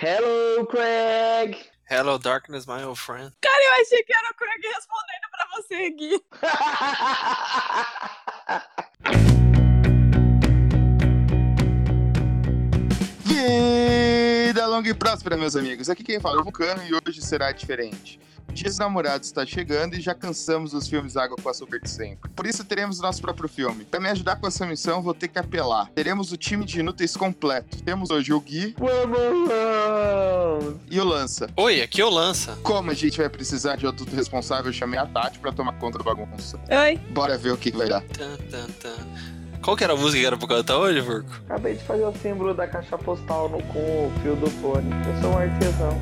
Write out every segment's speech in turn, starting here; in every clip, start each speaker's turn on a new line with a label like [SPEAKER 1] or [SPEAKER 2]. [SPEAKER 1] Hello, Craig!
[SPEAKER 2] Hello, darkness, my old friend.
[SPEAKER 3] Cara, eu achei que era o Craig respondendo pra você, Gui.
[SPEAKER 4] Vida longa e próspera, meus amigos. Aqui quem fala é o Vulcano e hoje será diferente. Dia dos Namorados está chegando e já cansamos dos filmes Água com Açúcar de sempre. Por isso teremos nosso próprio filme. Para me ajudar com essa missão, vou ter que apelar. Teremos o time de inúteis completo. Temos hoje o Gui
[SPEAKER 1] Vamos! vamos.
[SPEAKER 4] e o Lança.
[SPEAKER 2] Oi, aqui é o Lança.
[SPEAKER 4] Como a gente vai precisar de adulto responsável, eu chamei a Tati para tomar conta da bagunça.
[SPEAKER 3] Oi.
[SPEAKER 4] Bora ver o que que vai dar.
[SPEAKER 2] Tan, tan, tan. Qual que era a música que era pra cantar hoje, Furco?
[SPEAKER 1] Acabei de fazer o símbolo da caixa postal no, com o fio do fone. Eu sou um artesão.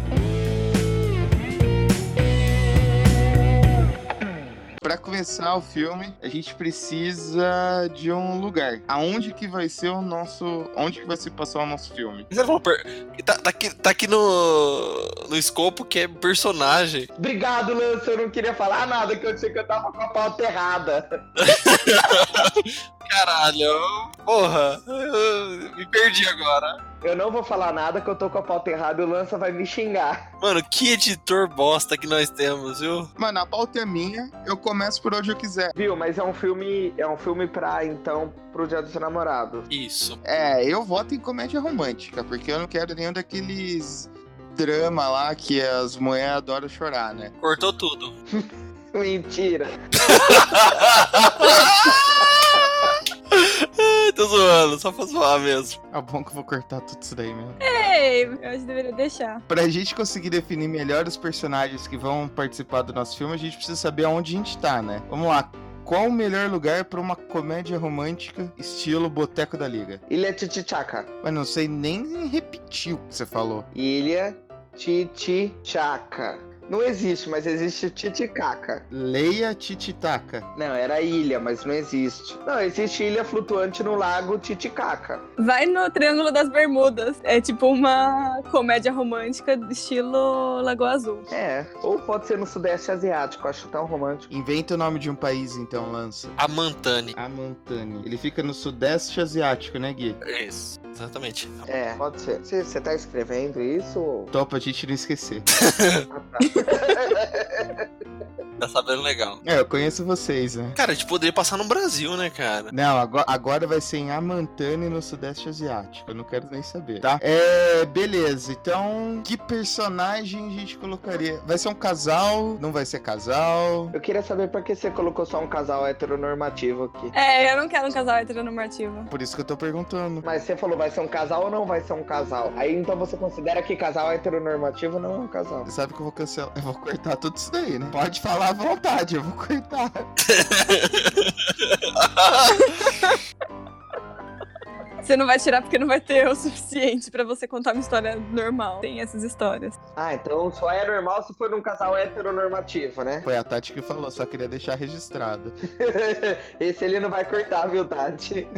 [SPEAKER 4] Pra começar o filme, a gente precisa de um lugar. Aonde que vai ser o nosso. Onde que vai se passar o nosso filme?
[SPEAKER 2] Você falou per- Tá, tá aqui, tá aqui no, no escopo que é personagem.
[SPEAKER 1] Obrigado, Lance. Eu não queria falar nada, que eu tinha que eu tava com a pauta errada.
[SPEAKER 2] Caralho, porra, eu me perdi agora.
[SPEAKER 1] Eu não vou falar nada, que eu tô com a pauta errada e o Lança vai me xingar.
[SPEAKER 2] Mano, que editor bosta que nós temos, viu?
[SPEAKER 4] Mano, a pauta é minha, eu começo por onde eu quiser.
[SPEAKER 1] Viu, mas é um filme. É um filme pra, então, pro Dia dos Namorados.
[SPEAKER 2] Isso.
[SPEAKER 4] É, eu voto em comédia romântica, porque eu não quero nenhum daqueles drama lá que as mulheres adoram chorar, né?
[SPEAKER 2] Cortou tudo.
[SPEAKER 1] Mentira.
[SPEAKER 2] Ai, Tô zoando, só pra zoar mesmo.
[SPEAKER 4] É bom que eu vou cortar tudo isso daí mesmo.
[SPEAKER 3] Ei, eu acho que deveria deixar.
[SPEAKER 4] Pra gente conseguir definir melhor os personagens que vão participar do nosso filme, a gente precisa saber aonde a gente tá, né? Vamos lá. Qual o melhor lugar pra uma comédia romântica estilo Boteco da Liga?
[SPEAKER 1] Ilha Titicaca.
[SPEAKER 4] Mas não sei nem repetir o que você falou.
[SPEAKER 1] Ilha Titicaca. Não existe, mas existe Titicaca.
[SPEAKER 4] Leia Tititaca.
[SPEAKER 1] Não, era ilha, mas não existe. Não, existe ilha flutuante no lago Titicaca.
[SPEAKER 3] Vai no Triângulo das Bermudas. É tipo uma comédia romântica do estilo Lagoa Azul.
[SPEAKER 1] É. Ou pode ser no Sudeste Asiático, acho tão romântico.
[SPEAKER 4] Inventa o nome de um país, então, Lança.
[SPEAKER 2] Amantani.
[SPEAKER 4] Amantani. Ele fica no Sudeste Asiático, né, Gui?
[SPEAKER 2] Isso, exatamente.
[SPEAKER 1] É, pode ser. Você você tá escrevendo isso? ou-
[SPEAKER 4] Topa a gente não esquecer.
[SPEAKER 1] Ah, tá.
[SPEAKER 2] Tá sabendo legal.
[SPEAKER 4] É, eu conheço vocês, né?
[SPEAKER 2] Cara, a gente poderia passar no Brasil, né, cara?
[SPEAKER 4] Não, agora, agora vai ser em Amantane, no Sudeste Asiático. Eu não quero nem saber, tá? É, beleza. Então, que personagem a gente colocaria? Vai ser um casal? Não vai ser casal?
[SPEAKER 1] Eu queria saber por que você colocou só um casal heteronormativo aqui.
[SPEAKER 3] É, eu não quero um casal heteronormativo.
[SPEAKER 4] Por isso que eu tô perguntando.
[SPEAKER 1] Mas você falou vai ser um casal ou não vai ser um casal? Aí então você considera que casal heteronormativo não é um casal.
[SPEAKER 4] Sabe que eu vou cancelar. Eu vou cortar tudo isso daí, né? Pode falar à vontade, eu vou cortar.
[SPEAKER 3] Você não vai tirar porque não vai ter o suficiente pra você contar uma história normal. Tem essas histórias.
[SPEAKER 1] Ah, então só é normal se for num casal heteronormativo, né?
[SPEAKER 4] Foi a Tati que falou, só queria deixar registrado.
[SPEAKER 1] Esse ele não vai cortar, viu, Tati?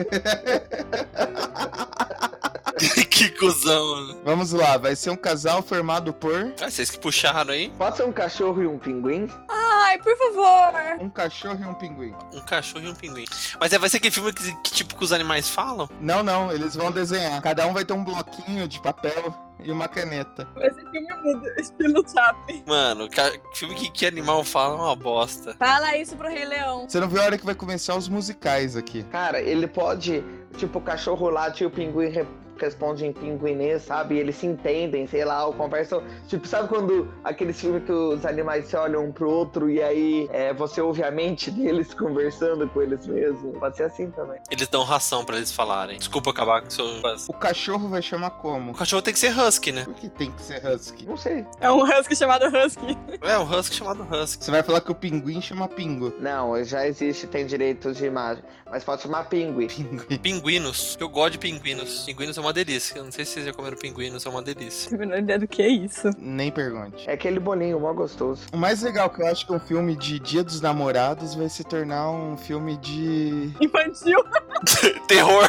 [SPEAKER 2] que cuzão, né? mano.
[SPEAKER 4] Vamos lá, vai ser um casal formado por
[SPEAKER 2] Ah, vocês que puxaram aí
[SPEAKER 1] Pode ser um cachorro e um pinguim?
[SPEAKER 3] Ai, por favor.
[SPEAKER 4] um cachorro e um pinguim.
[SPEAKER 2] um cachorro e um pinguim. Mas é, vai ser aquele filme que, que, tipo que os animais falam?
[SPEAKER 4] Não, não, eles vão desenhar. Cada um vai ter um bloquinho de papel e uma caneta.
[SPEAKER 3] Esse filme muda, estilo Chaplin.
[SPEAKER 2] Mano, ca- filme que, que animal fala é uma bosta.
[SPEAKER 3] Fala isso pro Rei Leão.
[SPEAKER 4] Você não viu a hora que vai começar os musicais aqui.
[SPEAKER 1] Cara, ele pode, tipo, o cachorro late e o pinguim re- responde em pinguinês, sabe? Eles se entendem, sei lá, ou conversam. Tipo, sabe quando aqueles filmes que os animais se olham um pro outro e aí é, você ouve a mente deles conversando com eles mesmos? Pode ser assim também.
[SPEAKER 2] Eles dão ração pra eles falarem. Desculpa acabar com seu.
[SPEAKER 4] O cachorro vai chamar
[SPEAKER 2] O
[SPEAKER 4] como?
[SPEAKER 2] cachorro tem que ser husky, né?
[SPEAKER 4] Por que tem que ser husky?
[SPEAKER 1] Não sei.
[SPEAKER 3] É um husky chamado Husky.
[SPEAKER 2] É, um husky chamado husky.
[SPEAKER 4] Você vai falar que o pinguim chama pingo.
[SPEAKER 1] Não, já existe, tem direitos de imagem. Mas pode chamar pinguim.
[SPEAKER 4] Pinguim.
[SPEAKER 2] Pinguinos. Eu gosto de pinguinos. Pinguinos é uma delícia. Eu não sei se vocês já comeram pinguinos, é uma delícia.
[SPEAKER 3] Não tenho a menor ideia do que é isso.
[SPEAKER 4] Nem pergunte.
[SPEAKER 1] É aquele bolinho mó gostoso.
[SPEAKER 4] O mais legal que eu acho que um filme de Dia dos Namorados vai se tornar um filme de.
[SPEAKER 3] Infantil.
[SPEAKER 2] Terror!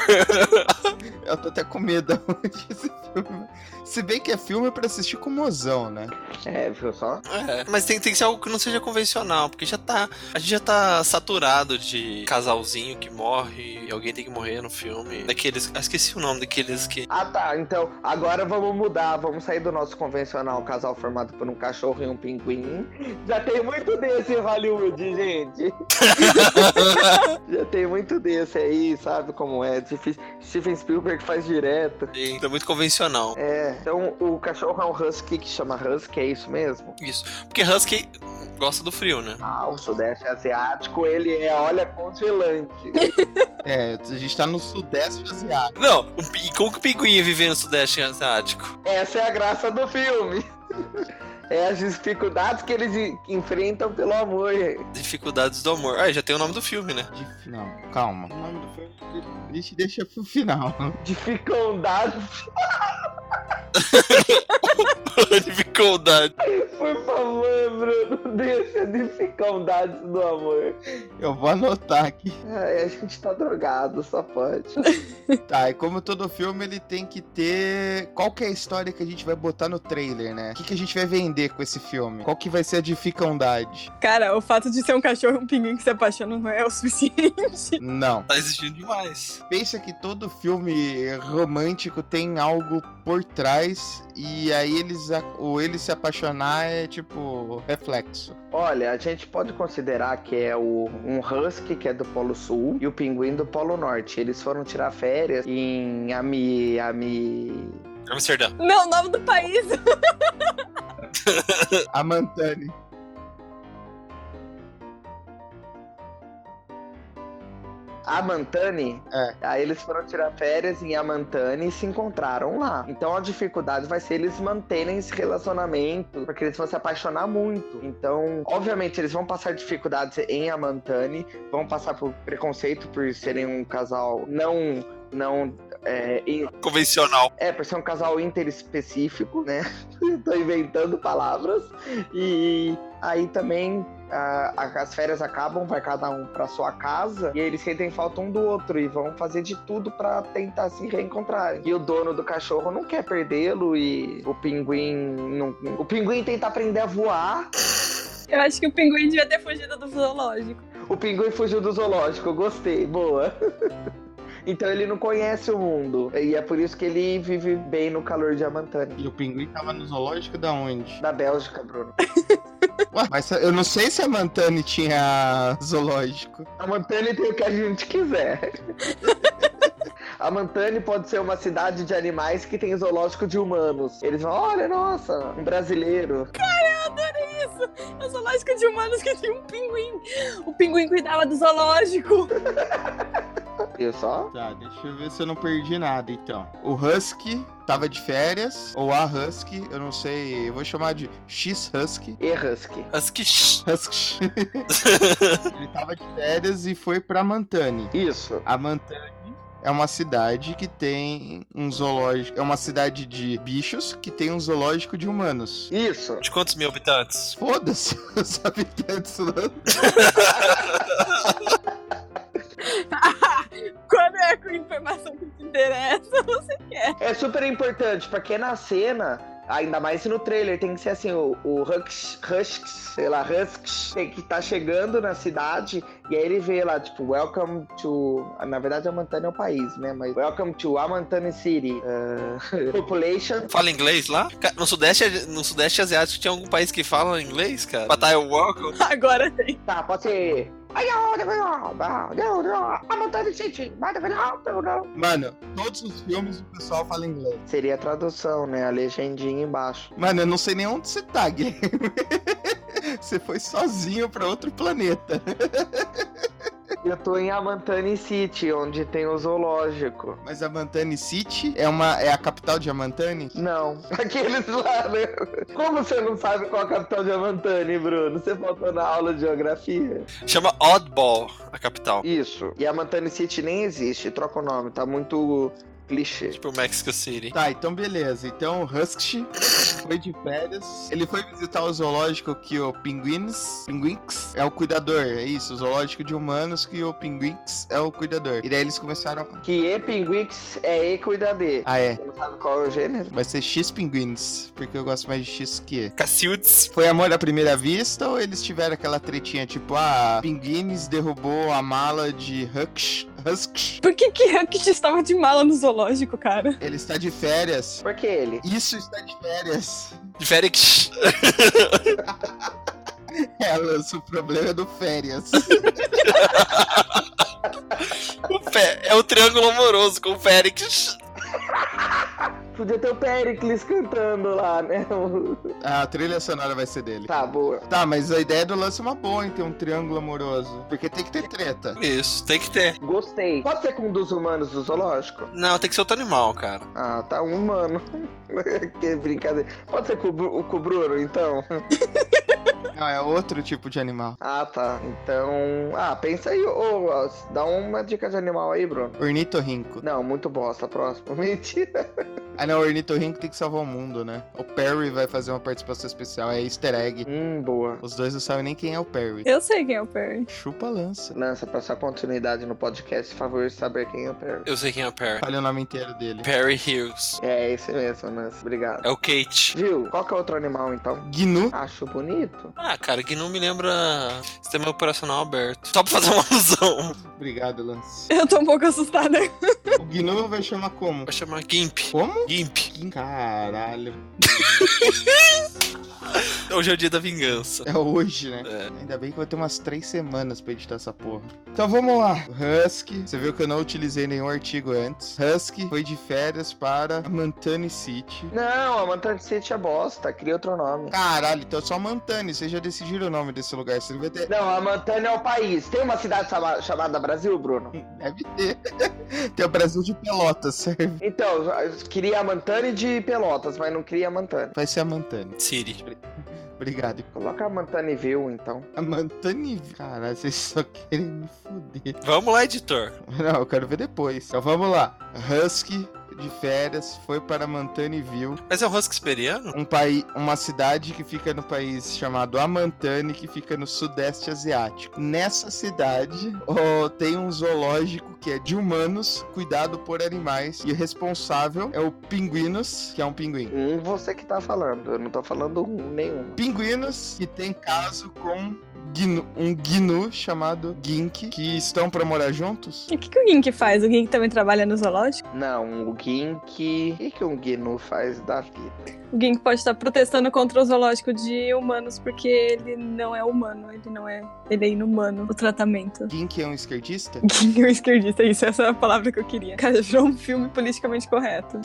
[SPEAKER 4] Eu tô até com medo hoje desse filme. Se bem que é filme pra assistir com mozão, né?
[SPEAKER 1] É, viu só?
[SPEAKER 2] É, mas tem, tem que ser algo que não seja convencional, porque já tá. A gente já tá saturado de casalzinho que morre, e alguém tem que morrer no filme. Daqueles. ah, esqueci o nome daqueles que.
[SPEAKER 1] Ah tá, então agora vamos mudar, vamos sair do nosso convencional casal formado por um cachorro e um pinguim. Já tem muito desse em Hollywood, gente. Já tem muito desse aí, sabe como é? Difícil. Steven Spielberg faz direto.
[SPEAKER 2] E É muito convencional.
[SPEAKER 1] É, então o cachorro é um husky que chama husky, é isso mesmo?
[SPEAKER 2] Porque Husky gosta do frio, né?
[SPEAKER 1] Ah, o sudeste asiático, ele é, olha, congelante.
[SPEAKER 4] É, a gente tá no sudeste asiático.
[SPEAKER 2] Não, o pi- como que o pinguim ia viver no Sudeste Asiático?
[SPEAKER 1] Essa é a graça do filme. É as dificuldades que eles en- enfrentam pelo amor.
[SPEAKER 2] Dificuldades do amor. Ah, já tem o nome do filme, né?
[SPEAKER 4] De- Não, calma. O nome do filme a gente deixa pro final.
[SPEAKER 1] Dificuldades,
[SPEAKER 2] Dificuldade.
[SPEAKER 1] por favor, Bruno, deixa dificuldades do amor.
[SPEAKER 4] Eu vou anotar aqui.
[SPEAKER 1] Ai, a gente tá drogado, só pode.
[SPEAKER 4] Tá, e como todo filme, ele tem que ter. Qual que é a história que a gente vai botar no trailer, né? O que, que a gente vai vender com esse filme? Qual que vai ser a dificuldade?
[SPEAKER 3] Cara, o fato de ser um cachorro e um pinguim que se apaixona não é o suficiente.
[SPEAKER 4] Não.
[SPEAKER 2] Tá exigindo demais.
[SPEAKER 4] Pensa que todo filme romântico tem algo por trás e aí eles. a- O ele se apaixonar é tipo. reflexo.
[SPEAKER 1] Olha, a gente pode considerar que é o, um husky que é do Polo Sul e o pinguim do Polo Norte. Eles foram tirar férias em Ami, Ami,
[SPEAKER 2] Amsterdã.
[SPEAKER 3] Não, o nome do país.
[SPEAKER 4] Amantani.
[SPEAKER 1] Amantani.
[SPEAKER 4] É.
[SPEAKER 1] Aí eles foram tirar férias em Amantani e se encontraram lá. Então a dificuldade vai ser eles manterem esse relacionamento, porque eles vão se apaixonar muito. Então, obviamente, eles vão passar dificuldades em Amantani, vão passar por preconceito por serem um casal não. Não. É, in-
[SPEAKER 2] Convencional.
[SPEAKER 1] é, por ser um casal interespecífico, né? Tô inventando palavras. E aí também ah, a- as férias acabam, vai cada um pra sua casa e eles sentem falta um do outro e vão fazer de tudo pra tentar se reencontrar. E o dono do cachorro não quer perdê-lo e o pinguim não... o pinguim tenta aprender a voar.
[SPEAKER 3] Eu acho que o pinguim devia ter fugido do zoológico.
[SPEAKER 1] O pinguim fugiu do zoológico, gostei, boa. Então ele não conhece o mundo. E é por isso que ele vive bem no calor de Amantani.
[SPEAKER 4] E o pinguim tava no zoológico da onde?
[SPEAKER 1] Da Bélgica, Bruno.
[SPEAKER 4] Ué, mas eu não sei se a Mantani tinha zoológico.
[SPEAKER 1] A Mantane tem o que a gente quiser. A Mantane pode ser uma cidade de animais que tem zoológico de humanos. Eles vão, olha, nossa, um brasileiro.
[SPEAKER 3] É o zoológico de humanos que tinha um pinguim. O pinguim cuidava do zoológico.
[SPEAKER 1] Viu só?
[SPEAKER 4] Tá, deixa eu ver se eu não perdi nada então. O Husky tava de férias, ou a Husky, eu não sei, eu vou chamar de X Husky.
[SPEAKER 1] E Husky.
[SPEAKER 2] As que.
[SPEAKER 4] Husky. Ele tava de férias e foi pra Mantani.
[SPEAKER 1] Isso.
[SPEAKER 4] A Mantani é uma cidade que tem um zoológico. É uma cidade de bichos que tem um zoológico de humanos.
[SPEAKER 1] Isso.
[SPEAKER 2] De quantos mil habitantes?
[SPEAKER 4] Foda-se os habitantes lá.
[SPEAKER 3] Quando é com informação que te interessa, você quer.
[SPEAKER 1] É super importante, porque na cena, ainda mais no trailer, tem que ser assim, o, o Hux, Husks, sei lá, Husks, tem que tá chegando na cidade, e aí ele vê lá, tipo, Welcome to... Na verdade, Amantane é o país, né? Mas Welcome to Amantane City. Ah, population
[SPEAKER 2] Fala inglês lá? Ca- No Sudeste, no Sudeste Asiático tinha algum país que fala inglês, cara? Batalha Welcome?
[SPEAKER 3] Agora tem.
[SPEAKER 1] Tá, pode ser.
[SPEAKER 4] Mano, todos os filmes o pessoal fala inglês.
[SPEAKER 1] Seria a tradução, né? A legendinha embaixo.
[SPEAKER 4] Mano, eu não sei nem onde você tá, Guilherme. Você foi sozinho pra outro planeta.
[SPEAKER 1] Eu tô em Amantani City, onde tem o zoológico.
[SPEAKER 4] Mas a Mantani City é, uma, é a capital de Amantani?
[SPEAKER 1] Não, aqueles lá, né? Como você não sabe qual é a capital de Amantani, Bruno? Você faltou na aula de geografia?
[SPEAKER 2] Chama Oddball, a capital.
[SPEAKER 1] Isso. E Amantani City nem existe, troca o nome, tá muito clichê.
[SPEAKER 2] Tipo Mexico City.
[SPEAKER 4] Tá, então beleza. Então o Husky foi de férias. Ele foi visitar o zoológico que o Pinguins. Pinguinx é o cuidador, é isso. O zoológico de humanos que o Pinguinx é o cuidador. E daí eles começaram. a-
[SPEAKER 1] Que E pinguix é E cuida de.
[SPEAKER 4] Ah, é.
[SPEAKER 1] Você não sabe qual é o gênero?
[SPEAKER 4] Vai ser X Pinguins, porque eu gosto mais de X que E.
[SPEAKER 2] Cacildes.
[SPEAKER 4] Foi amor à primeira vista ou eles tiveram aquela tretinha tipo, ah, Pinguins derrubou a mala de Hux, Husks,
[SPEAKER 3] Por que é que Huck estava de mala no zoológico, cara?
[SPEAKER 4] ele está de férias.
[SPEAKER 1] Por que ele?
[SPEAKER 4] Isso está de férias.
[SPEAKER 2] Verix.
[SPEAKER 4] É, Lanço, o problema é do férias.
[SPEAKER 2] O pé- É o triângulo amoroso com o Verix.
[SPEAKER 1] Podia ter o Pericles cantando lá, né?
[SPEAKER 4] a trilha sonora vai ser dele.
[SPEAKER 1] tá, boa.
[SPEAKER 4] Tá, mas a ideia do lance é uma boa, hein? Ter um triângulo amoroso. Porque tem que ter treta.
[SPEAKER 2] Isso, tem que ter.
[SPEAKER 1] Gostei. Pode ser com um dos humanos do zoológico?
[SPEAKER 2] Não, tem que ser outro animal, cara.
[SPEAKER 1] Ah, tá um humano. que brincadeira. Pode ser com o, Bru- com o Bruno, então?
[SPEAKER 4] Não, é outro tipo de animal.
[SPEAKER 1] Ah, tá. Então. Ah, pensa aí. Ô, ó, dá uma dica de animal aí, Bruno.
[SPEAKER 4] Ornitorrinco.
[SPEAKER 1] Não, muito bosta. Próximo. Mentira.
[SPEAKER 4] Ah, não, ornitorrinco tem que salvar o mundo, né? O Perry vai fazer uma participação especial, é easter egg.
[SPEAKER 1] Hum, boa.
[SPEAKER 4] Os dois não sabem nem quem é o Perry.
[SPEAKER 3] Eu sei quem é o Perry.
[SPEAKER 4] Chupa a lança.
[SPEAKER 1] Lança, pra sua continuidade no podcast, favor de saber quem é o Perry.
[SPEAKER 2] Eu sei quem é o Perry.
[SPEAKER 4] Olha o nome inteiro dele.
[SPEAKER 2] Perry Hughes.
[SPEAKER 1] É, esse mesmo, Lança. Obrigado.
[SPEAKER 2] É o Kate.
[SPEAKER 1] Viu? Qual que é outro animal, então?
[SPEAKER 4] Gnu.
[SPEAKER 1] Acho bonito.
[SPEAKER 2] Ah, cara, que não me lembra sistema operacional aberto. Só pra fazer uma alusão.
[SPEAKER 4] Obrigado, Lance.
[SPEAKER 3] Eu tô um pouco assustada.
[SPEAKER 4] O Gnu vai chamar como?
[SPEAKER 2] Vai chamar Gimp.
[SPEAKER 4] Como?
[SPEAKER 2] Gimp.
[SPEAKER 4] Caralho.
[SPEAKER 2] Hoje é o dia da vingança.
[SPEAKER 4] É hoje, né?
[SPEAKER 2] É.
[SPEAKER 4] Ainda bem que vai ter umas três semanas pra editar essa porra. Então vamos lá. Husky. Você viu que eu não utilizei nenhum artigo antes. Husky foi de férias para Mantani City.
[SPEAKER 1] Não, a Mantra City é bosta. Cria outro nome.
[SPEAKER 4] Caralho, então é só Mantani. Vocês já decidiram o nome desse lugar. Você vai ter...
[SPEAKER 1] Não, a Mantana é o país. Tem uma cidade chama- chamada Brasil, Bruno?
[SPEAKER 4] Deve ter. Tem o Brasil de Pelotas, serve.
[SPEAKER 1] Então, eu queria a Mantane de Pelotas, mas não queria a Mantane.
[SPEAKER 4] Vai ser a Mantani.
[SPEAKER 2] Siri.
[SPEAKER 4] Obrigado.
[SPEAKER 1] Coloca a Mantane View, então.
[SPEAKER 4] A Mantani... Caralho, vocês só querem me foder.
[SPEAKER 2] Vamos lá, editor.
[SPEAKER 4] Não, eu quero ver depois. Então vamos lá. Husky de férias foi para Mantani View.
[SPEAKER 2] Mas é o Husky Siberiano?
[SPEAKER 4] um país, uma cidade que fica no país chamado Amantane, que fica no sudeste asiático. Nessa cidade ó, tem um zoológico que é de humanos, cuidado por animais, e o responsável é o Pinguinos, que é um pinguim.
[SPEAKER 1] Hum, você que tá falando. Eu não tô falando um, nenhum.
[SPEAKER 4] Pinguinos que tem caso com gnu- um gnu chamado Gink, que estão pra morar juntos.
[SPEAKER 3] E O que, que o Gink faz? O Gink também trabalha no zoológico?
[SPEAKER 1] Não, o Gink. O que, que um Gnu faz da vida?
[SPEAKER 3] O Gink pode estar protestando contra o zoológico de humanos porque ele não é humano, ele não é. Ele é inumano o tratamento.
[SPEAKER 4] Gink é um esquerdista?
[SPEAKER 3] Gink é um esquerdista, isso, essa é a palavra que eu queria. Cara, já é um filme politicamente correto.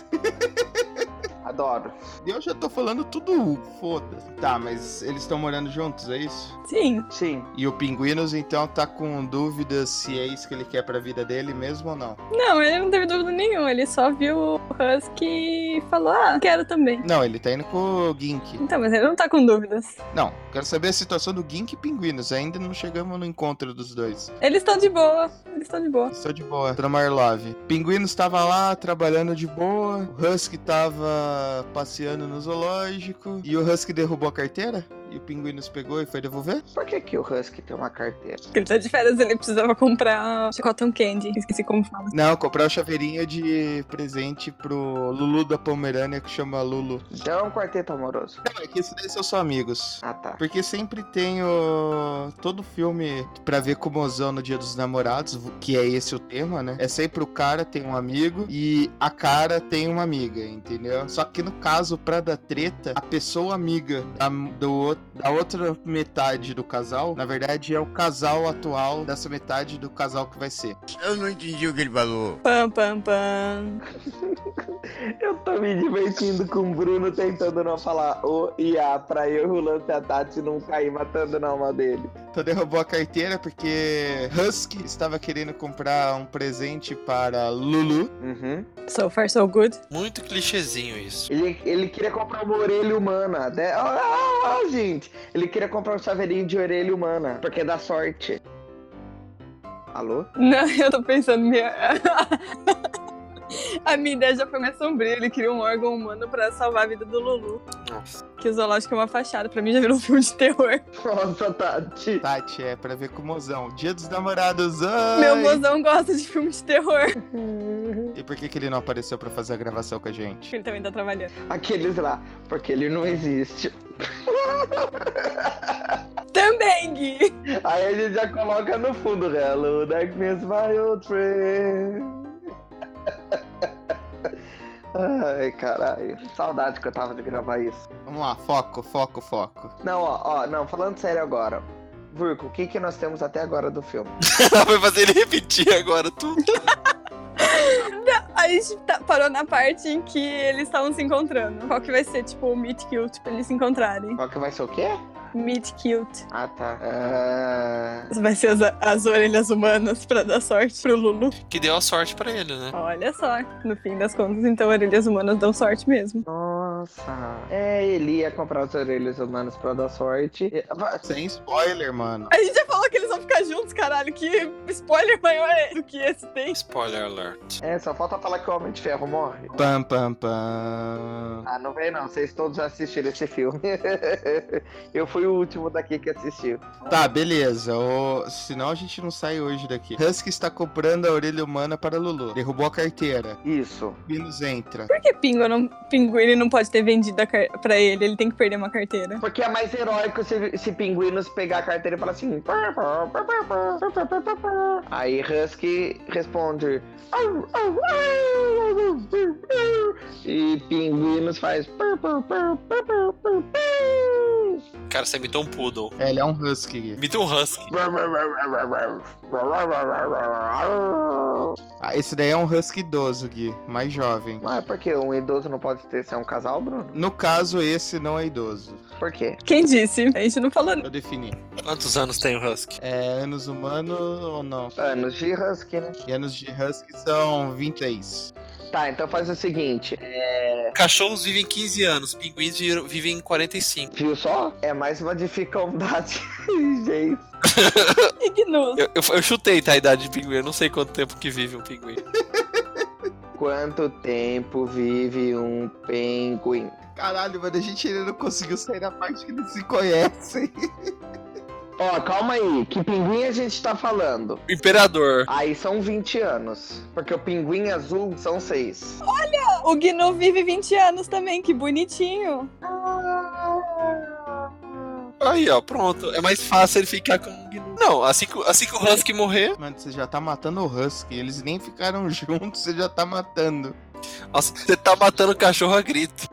[SPEAKER 1] Adoro.
[SPEAKER 4] Eu já tô falando tudo, foda-se. Tá, mas eles estão morando juntos, é isso?
[SPEAKER 3] Sim,
[SPEAKER 1] Sim.
[SPEAKER 4] E o Pinguinos, então, tá com dúvidas se é isso que ele quer pra vida dele mesmo ou não.
[SPEAKER 3] não, ele não teve dúvida nenhuma, ele só viu o Husky e falou: ah, quero também.
[SPEAKER 4] Não, ele tá indo com o Gink.
[SPEAKER 3] Então, mas ele não tá com dúvidas.
[SPEAKER 4] Não, quero saber a situação do Gink e Pinguinos. Ainda não chegamos no encontro dos dois.
[SPEAKER 3] Eles estão de boa, eles estão de boa.
[SPEAKER 4] Estou de boa. Tramar Love. Pinguinos tava lá trabalhando de boa. O Husky tava passeando no zoológico. E o Husky derrubou a carteira? E o Pinguinos pegou e foi devolver?
[SPEAKER 1] Por que, que o Husky tem uma carteira?
[SPEAKER 3] Porque ele tá de férias, ele precisava comprar cotton candy. Esqueci como fala.
[SPEAKER 4] Não, comprar o chaveirinho de presente pro Lulu da Pomerânia, que chama Lulu.
[SPEAKER 1] Então é um quarteto amoroso.
[SPEAKER 4] Não, é que esses daí são só amigos.
[SPEAKER 1] Ah, tá.
[SPEAKER 4] Porque sempre tem o... todo filme pra ver com o mozão no Dia dos Namorados, que é esse o tema, né? É sempre o cara tem um amigo e a cara tem uma amiga, entendeu? Só que no caso, pra dar treta, a pessoa amiga da, do o- da outra metade do casal, na verdade, é o casal atual dessa metade do casal que vai ser.
[SPEAKER 5] Eu não entendi o que ele falou.
[SPEAKER 3] Pam, pam, pam.
[SPEAKER 1] Eu tô me divertindo com o Bruno tentando não falar o e a pra eu, o Lance e a Tati não cair matando na alma dele.
[SPEAKER 4] Então derrubou a carteira porque Husky estava querendo comprar um presente para Lulu.
[SPEAKER 1] Uhum.
[SPEAKER 3] So far, so good.
[SPEAKER 2] Muito clichêzinho isso.
[SPEAKER 1] Ele, ele queria comprar uma orelha humana. né? Ah, gente! Ele queria comprar um chaveirinho de orelha humana, porque dá sorte. Alô?
[SPEAKER 3] Não, eu tô pensando, minha. A minha ideia já foi mais sombria. Ele queria um órgão humano pra salvar a vida do Lulu.
[SPEAKER 2] Nossa.
[SPEAKER 3] Que o zoológico é uma fachada. Pra mim já virou um filme de terror.
[SPEAKER 1] Nossa, Tati.
[SPEAKER 4] Tati, é pra ver com o mozão. Dia dos namorados, ai!
[SPEAKER 3] Meu mozão gosta de filme de terror.
[SPEAKER 4] E por que, que ele não apareceu pra fazer a gravação com a gente?
[SPEAKER 3] Ele também tá trabalhando.
[SPEAKER 1] Aqueles lá, porque ele não existe.
[SPEAKER 3] Também, Gui!
[SPEAKER 1] Aí a gente já coloca no fundo, né? hello, darkness, my old friend. Ai, caralho. Saudade que eu tava de gravar isso.
[SPEAKER 4] Vamos lá, foco, foco, foco.
[SPEAKER 1] Não, ó, ó, não, falando sério agora. Virgo, o que que nós temos até agora do filme?
[SPEAKER 2] Ela vai fazer ele repetir agora tudo.
[SPEAKER 3] A gente tá- parou na parte em que eles estavam se encontrando. Qual que vai ser, tipo, o meet cute pra eles se encontrarem?
[SPEAKER 1] Qual que vai ser o quê?
[SPEAKER 3] Meet cute.
[SPEAKER 1] Ah, tá. Ah,
[SPEAKER 3] Vai ser as, as orelhas humanas pra dar sorte pro Lulu.
[SPEAKER 2] Que deu a sorte pra ele, né?
[SPEAKER 3] Olha só, no fim das contas, então orelhas humanas dão sorte mesmo.
[SPEAKER 1] Nossa. É, ele ia comprar os orelhos humanos pra dar sorte. E- va-
[SPEAKER 4] Sem spoiler, mano.
[SPEAKER 3] A gente já falou que eles vão ficar juntos, caralho. Que spoiler maior é do que esse tem?
[SPEAKER 2] Spoiler alert.
[SPEAKER 1] É, só falta falar que o Homem de Ferro morre.
[SPEAKER 4] Pam, pam, pam.
[SPEAKER 1] Ah, não vem não. Vocês todos assistiram esse filme. Eu fui o último daqui que assistiu.
[SPEAKER 4] Tá, beleza. Ô, Senão a gente não sai hoje daqui. Husky está comprando a orelha humana para Lulu. Derrubou a carteira.
[SPEAKER 1] Isso.
[SPEAKER 4] Minos entra.
[SPEAKER 3] Por que Pingo não, Pinguim não pode ter vendido a car- pra ele? Ele tem que perder uma carteira.
[SPEAKER 1] Porque é mais heróico se, se pinguinos pegar a carteira e falar assim. "Pá, pá, pá, pá, pá, pá, pá, pá, pá, pá." Aí Husky responde. "Au, au, au, au, au, au." E pinguinos faz. "Pá, pá, pá, pá, pá, pá, pá."
[SPEAKER 2] Cara, você imitou um poodle.
[SPEAKER 4] É, ele é um Husky. Gui.
[SPEAKER 2] Imita um husky.
[SPEAKER 1] Mas
[SPEAKER 4] Ah, esse daí é um Husky idoso, Gui. Mais jovem.
[SPEAKER 1] por que um idoso não pode ter ser um casal, Bruno?
[SPEAKER 4] No caso, esse não é idoso.
[SPEAKER 1] Por quê?
[SPEAKER 3] Quem disse? A gente não falou.
[SPEAKER 4] Eu defini.
[SPEAKER 2] Quantos anos tem o husky?
[SPEAKER 4] É anos humano ou não?
[SPEAKER 1] Anos de husky, né?
[SPEAKER 4] E anos de Husky são é 26.
[SPEAKER 1] Tá, então faz o seguinte.
[SPEAKER 2] Cachorros vivem 15 anos, pinguins viram- vivem 45.
[SPEAKER 1] Viu só? É mais uma dificuldade. Gente.
[SPEAKER 3] Ignuso.
[SPEAKER 2] Eu, eu- eu chutei tá, a idade de pinguim, eu não sei quanto tempo que vive um pinguim.
[SPEAKER 1] Quanto tempo vive um pinguim?
[SPEAKER 4] Caralho, mano, a gente ainda não conseguiu sair da parte que eles se conhecem.
[SPEAKER 1] Ó, calma aí. Que pinguim a gente tá falando?
[SPEAKER 2] Imperador.
[SPEAKER 1] Aí são 20 anos. Porque o pinguim azul são 6.
[SPEAKER 3] O Gnu vive 20 anos também, que bonitinho.
[SPEAKER 2] Aí, ó, pronto. É mais fácil ele ficar com o gnu. Não, assim que, o- assim que o husky morrer.
[SPEAKER 4] Mano, você já tá matando o Husky. Eles nem ficaram juntos, você já tá matando.
[SPEAKER 2] Nossa, você tá matando o cachorro a grito.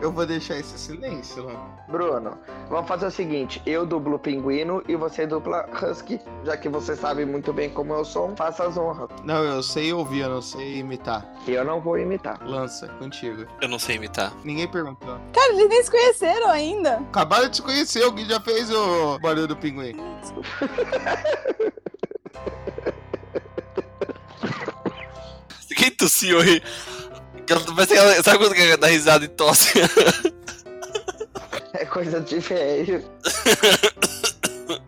[SPEAKER 4] Eu vou deixar esse silêncio, mano.
[SPEAKER 1] Bruno, vamos fazer o seguinte: eu dublo pinguino e você dupla husky, já que você sabe muito bem como eu sou, faça as honras.
[SPEAKER 4] Não, eu sei ouvir, eu não sei imitar.
[SPEAKER 1] E eu não vou imitar.
[SPEAKER 4] Lança, contigo.
[SPEAKER 2] Eu não sei imitar.
[SPEAKER 4] Ninguém perguntou.
[SPEAKER 3] Cara, eles nem se conheceram ainda.
[SPEAKER 4] Acabaram de se conhecer, alguém já fez o barulho do pinguim.
[SPEAKER 2] Quem tossiu aí? Ela- Parece que ela, sabe quando que ela dá risada e tosse?
[SPEAKER 1] É coisa de velho.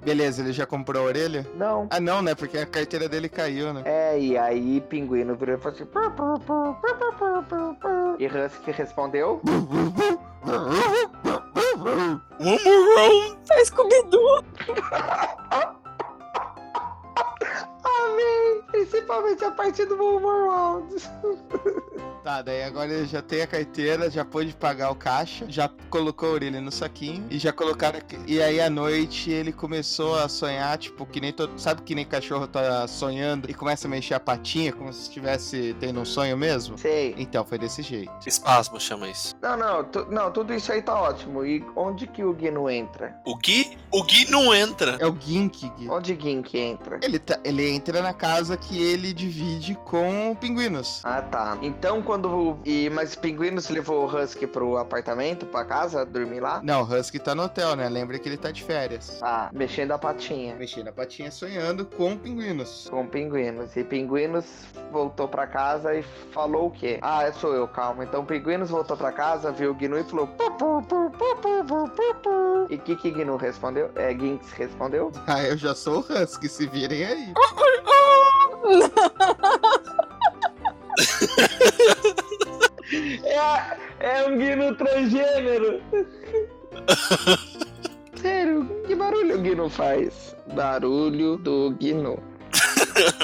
[SPEAKER 4] Beleza, ele já comprou a orelha?
[SPEAKER 1] Não.
[SPEAKER 4] Ah, não, né? Porque a carteira dele caiu, né?
[SPEAKER 1] É, e aí pinguino virou e falou assim. "Pá, pá, pá, pá, pá, pá, pá, pá." E husky respondeu.
[SPEAKER 2] One more round.
[SPEAKER 3] É Scooby-Doo.
[SPEAKER 1] Amém! Principalmente a partir do Bomber Round.
[SPEAKER 4] Tá, daí agora ele já tem a carteira, já pôde pagar o caixa, já colocou a orelha no saquinho e já colocaram. aqui- E aí à noite ele começou a sonhar, tipo, que nem todo. Sabe que nem cachorro tá sonhando e começa a mexer a patinha, como se estivesse tendo um sonho mesmo?
[SPEAKER 1] Sei.
[SPEAKER 4] Então foi desse jeito.
[SPEAKER 2] Espasmo chama isso.
[SPEAKER 1] Não, não, tu- não, tudo isso aí tá ótimo. E onde que o Guino entra?
[SPEAKER 2] O Gui? O Gui não entra.
[SPEAKER 4] É o Gink. Gui.
[SPEAKER 1] Onde Gink entra?
[SPEAKER 4] Ele, tá- ele entra na casa que ele divide com pinguinos.
[SPEAKER 1] Ah tá. Então quando. o- E, mas o pinguim se levou o Husky pro apartamento, pra casa, dormir lá?
[SPEAKER 4] Não, o Husky tá no hotel, né? Lembra que ele tá de férias.
[SPEAKER 1] Ah, mexendo a patinha.
[SPEAKER 4] Mexendo a patinha sonhando com pinguinos.
[SPEAKER 1] Com Pinguinos. E um Pinguinos voltou pra casa e falou o quê? Ah, sou eu, calma. Então Pinguinos voltou pra casa, viu o Gnu e falou. "Pu, pu, pu, pu, pu, pu, pu, pu." E o que, que Gnu respondeu? É, Ginx respondeu?
[SPEAKER 4] Ah, eu já sou o Husky, se virem aí.
[SPEAKER 1] É, é um Gnu transgênero! Sério, que barulho o Gnu faz? Barulho do Gnu.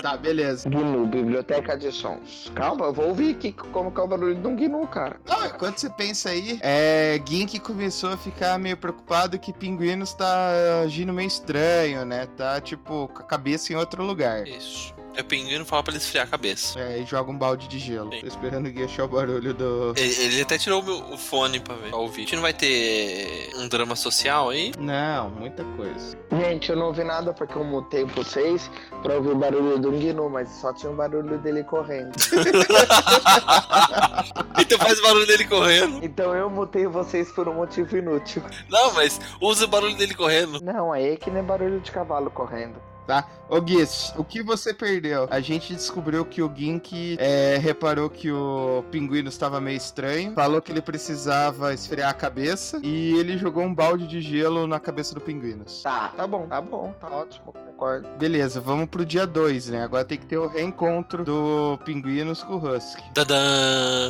[SPEAKER 4] Tá, beleza.
[SPEAKER 1] Gnu, biblioteca de sons. Calma, eu vou ouvir que, como que é o barulho de um Gnu, cara.
[SPEAKER 4] Não, enquanto Ah, você pensa aí, é, Gink começou a ficar meio preocupado que Pinguinos tá agindo meio estranho, né? Tá, tipo, com a cabeça em outro lugar.
[SPEAKER 2] Isso. É o pinguim fala pra ele esfriar a cabeça.
[SPEAKER 4] É, e joga um balde de gelo. Tô esperando o Gui achar o barulho do...
[SPEAKER 2] Ele, ele até tirou o, meu- o fone pra, ver, pra ouvir. A gente não vai ter um drama social aí?
[SPEAKER 4] Não, muita coisa.
[SPEAKER 1] Gente, eu não ouvi nada porque eu mutei vocês pra ouvir o barulho do Gnu, mas só tinha o barulho dele correndo.
[SPEAKER 2] então faz o barulho dele correndo.
[SPEAKER 1] Então eu mutei vocês por um motivo inútil.
[SPEAKER 2] Não, mas usa o barulho dele correndo.
[SPEAKER 1] Não, aí é que nem barulho de cavalo correndo.
[SPEAKER 4] tá? Ô Guiz, o que você perdeu? A gente descobriu que o Gink é, reparou que o pinguino estava meio estranho, falou que ele precisava esfriar a cabeça e ele jogou um balde de gelo na cabeça do pinguinos.
[SPEAKER 1] Tá, tá bom, tá bom, tá ótimo, concordo.
[SPEAKER 4] Beleza, vamos pro dia 2, né? Agora tem que ter o reencontro do pinguinos com o Husky.
[SPEAKER 2] Dadã!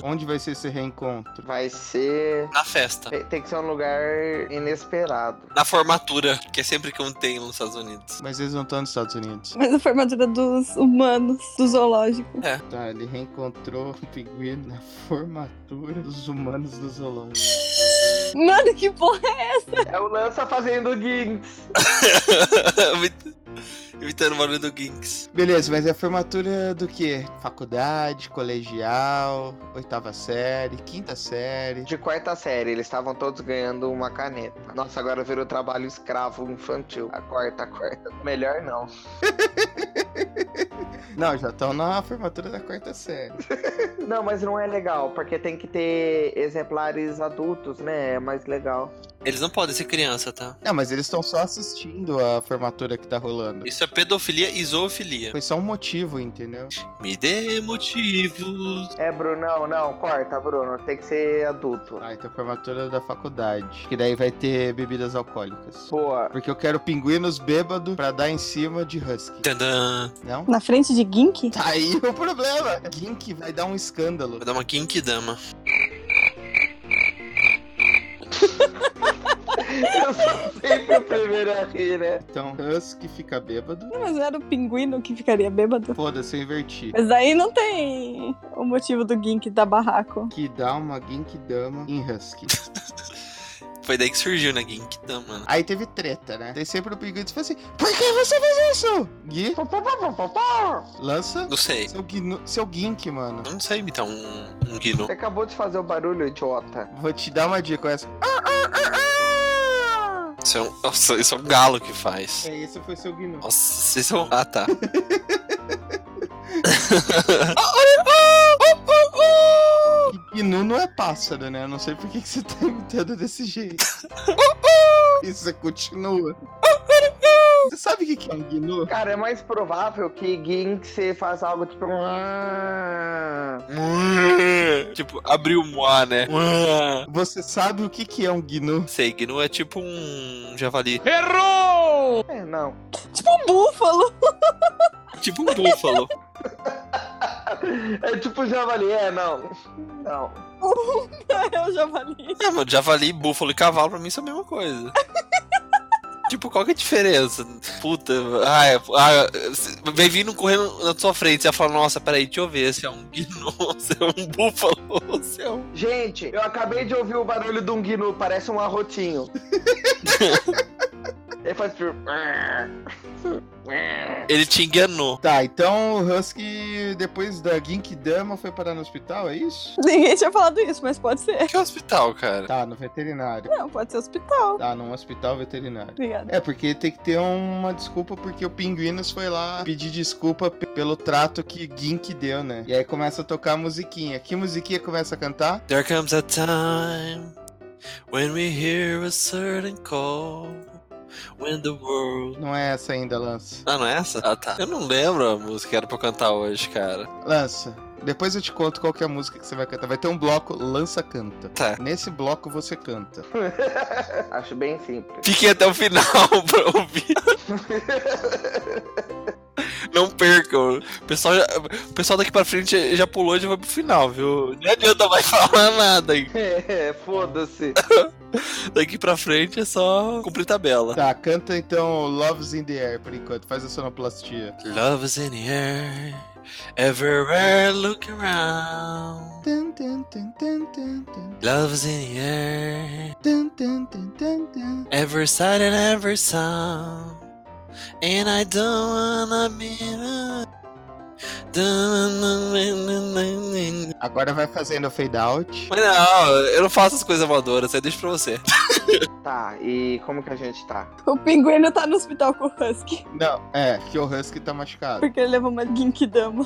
[SPEAKER 4] Onde vai ser esse reencontro?
[SPEAKER 1] Vai ser.
[SPEAKER 2] Na festa.
[SPEAKER 1] Tem tem que ser um lugar inesperado.
[SPEAKER 2] Na formatura, que é sempre que um tem nos Estados Unidos.
[SPEAKER 4] Mas eles não estão nos Estados Unidos.
[SPEAKER 3] Mas a formatura dos humanos, do zoológico.
[SPEAKER 4] Tá, ele reencontrou o pinguino na formatura dos humanos do zoológico.
[SPEAKER 3] Mano, que porra!
[SPEAKER 1] É o Lança fazendo Ginks.
[SPEAKER 2] Evitando o barulho do Ginks.
[SPEAKER 4] Beleza, mas é a formatura do quê? Faculdade, colegial, oitava série, quinta série.
[SPEAKER 1] De quarta série, eles estavam todos ganhando uma caneta. Nossa, agora virou trabalho escravo infantil. A quarta, a quarta. Melhor não.
[SPEAKER 4] Não, já estão na formatura da quarta série.
[SPEAKER 1] Não, mas não é legal, porque tem que ter exemplares adultos, né? É mais legal.
[SPEAKER 2] Eles não podem ser criança, tá?
[SPEAKER 4] Não, mas eles estão só assistindo a formatura que tá rolando.
[SPEAKER 2] Isso é pedofilia e zoofilia.
[SPEAKER 4] Foi só um motivo, entendeu?
[SPEAKER 2] Me dê motivos.
[SPEAKER 1] É, Bruno, não, não, corta, Bruno. Tem que ser adulto.
[SPEAKER 4] Ah, então formatura da faculdade. Que daí vai ter bebidas alcoólicas.
[SPEAKER 1] Boa.
[SPEAKER 4] Porque eu quero pinguinos bêbado pra dar em cima de husky.
[SPEAKER 2] Tadã.
[SPEAKER 4] Não?
[SPEAKER 3] Na frente de Gink?
[SPEAKER 4] Tá aí o problema. Gink vai dar um escândalo.
[SPEAKER 2] Vou dar uma Gink Dama.
[SPEAKER 1] Eu sou sempre o primeiro a rir, né?
[SPEAKER 4] Então, husky fica bêbado.
[SPEAKER 3] Mas não era o pinguino que ficaria bêbado?
[SPEAKER 4] Foda-se, eu inverti.
[SPEAKER 3] Mas daí não tem o motivo do Gink dar barraco.
[SPEAKER 4] que dá uma Genkidama em Husky.
[SPEAKER 2] Foi daí que surgiu, né? Gink Dama.
[SPEAKER 4] Aí teve treta, né? Tem sempre o pinguim que fala assim: Por que você fez isso? Gui,
[SPEAKER 1] Pô, pô, pô, pô, pô, pô.
[SPEAKER 4] lança
[SPEAKER 2] Não sei.
[SPEAKER 4] seu, guinu, seu Gink, mano.
[SPEAKER 2] Eu não sei imitar um, um Gnu.
[SPEAKER 1] Você acabou de fazer o barulho, idiota.
[SPEAKER 4] Vou te dar uma dica, essa.
[SPEAKER 2] Isso é um, nossa, isso é um galo que faz.
[SPEAKER 4] É, esse foi seu Gnu.
[SPEAKER 2] Nossa, isso é um. Ah, tá.
[SPEAKER 4] E Gnu não é pássaro, né? Eu não sei por que, que você tá imitando desse jeito. isso continua. Você sabe o que que é um Gnu?
[SPEAKER 1] Cara, é mais provável que Ginks faz algo tipo. um "Ah".
[SPEAKER 2] tipo, abriu o moá, né?
[SPEAKER 4] Você sabe o que que é um Gnu?
[SPEAKER 2] Sei, Gnu é tipo um javali.
[SPEAKER 1] É, não.
[SPEAKER 3] Tipo um búfalo!
[SPEAKER 2] Tipo um búfalo.
[SPEAKER 1] É tipo javali, é, não. Não.
[SPEAKER 3] Eu já falei.
[SPEAKER 2] É, mano, javali, búfalo e cavalo pra mim são a mesma coisa. tipo, qual que é a diferença? Puta, ai, ah, vem vindo correndo na sua frente, você fala, nossa, peraí, deixa eu ver se é um gnu, se é um búfalo, se é um...
[SPEAKER 1] Gente, eu acabei de ouvir o barulho de um Gnu, parece um arrotinho. Ele faz tipo.
[SPEAKER 2] Ele te enganou.
[SPEAKER 4] Tá, então o Husky, depois da Ginkidama, foi parar no hospital, é isso?
[SPEAKER 3] Ninguém tinha falado isso, mas pode ser.
[SPEAKER 2] Que hospital, cara?
[SPEAKER 4] Tá, no veterinário.
[SPEAKER 3] Não, pode ser hospital.
[SPEAKER 4] Tá, num hospital veterinário.
[SPEAKER 3] Obrigada.
[SPEAKER 4] É, porque tem que ter uma desculpa, porque o Pinguinos foi lá pedir desculpa pe- pelo trato que Gink deu, né? E aí começa a tocar a musiquinha. Que musiquinha começa a cantar?
[SPEAKER 2] There comes a time when we hear a certain call. When the world.
[SPEAKER 4] Não é essa ainda, Lança.
[SPEAKER 2] Ah, não é essa? Ah, tá. Eu não lembro a música que era pra eu cantar hoje, cara.
[SPEAKER 4] Lança, depois eu te conto qual que é a música que você vai cantar. Vai ter um bloco Lança Canta.
[SPEAKER 2] Tá.
[SPEAKER 4] Nesse bloco você canta.
[SPEAKER 1] Acho bem simples.
[SPEAKER 2] Fiquem até o final pra ouvir. Não percam. O pessoal, já- o pessoal daqui pra frente já pulou e já foi pro final, viu? Não adianta mais falar nada. aí.
[SPEAKER 1] É, foda-se.
[SPEAKER 2] Daqui pra frente é só cumprir tabela.
[SPEAKER 4] Tá, canta então Love's in the Air por enquanto. Faz a sonoplastia.
[SPEAKER 2] Love is in the air. Everywhere look around.
[SPEAKER 4] Tan, tan, tan, tan, tan, tan,
[SPEAKER 2] Love is in the air.
[SPEAKER 4] tan, tan, tan, tan, tan.
[SPEAKER 2] Every sight and every sound. And I don't wanna be.
[SPEAKER 4] Agora vai fazendo o fade out.
[SPEAKER 2] Mas não, eu não faço as coisas amadoras, eu deixo pra você.
[SPEAKER 1] Tá, e como que a gente tá?
[SPEAKER 3] O pinguino tá no hospital com o Husky,
[SPEAKER 4] Não, é, que o Husky tá machucado.
[SPEAKER 3] porque ele levou uma Ginkidama.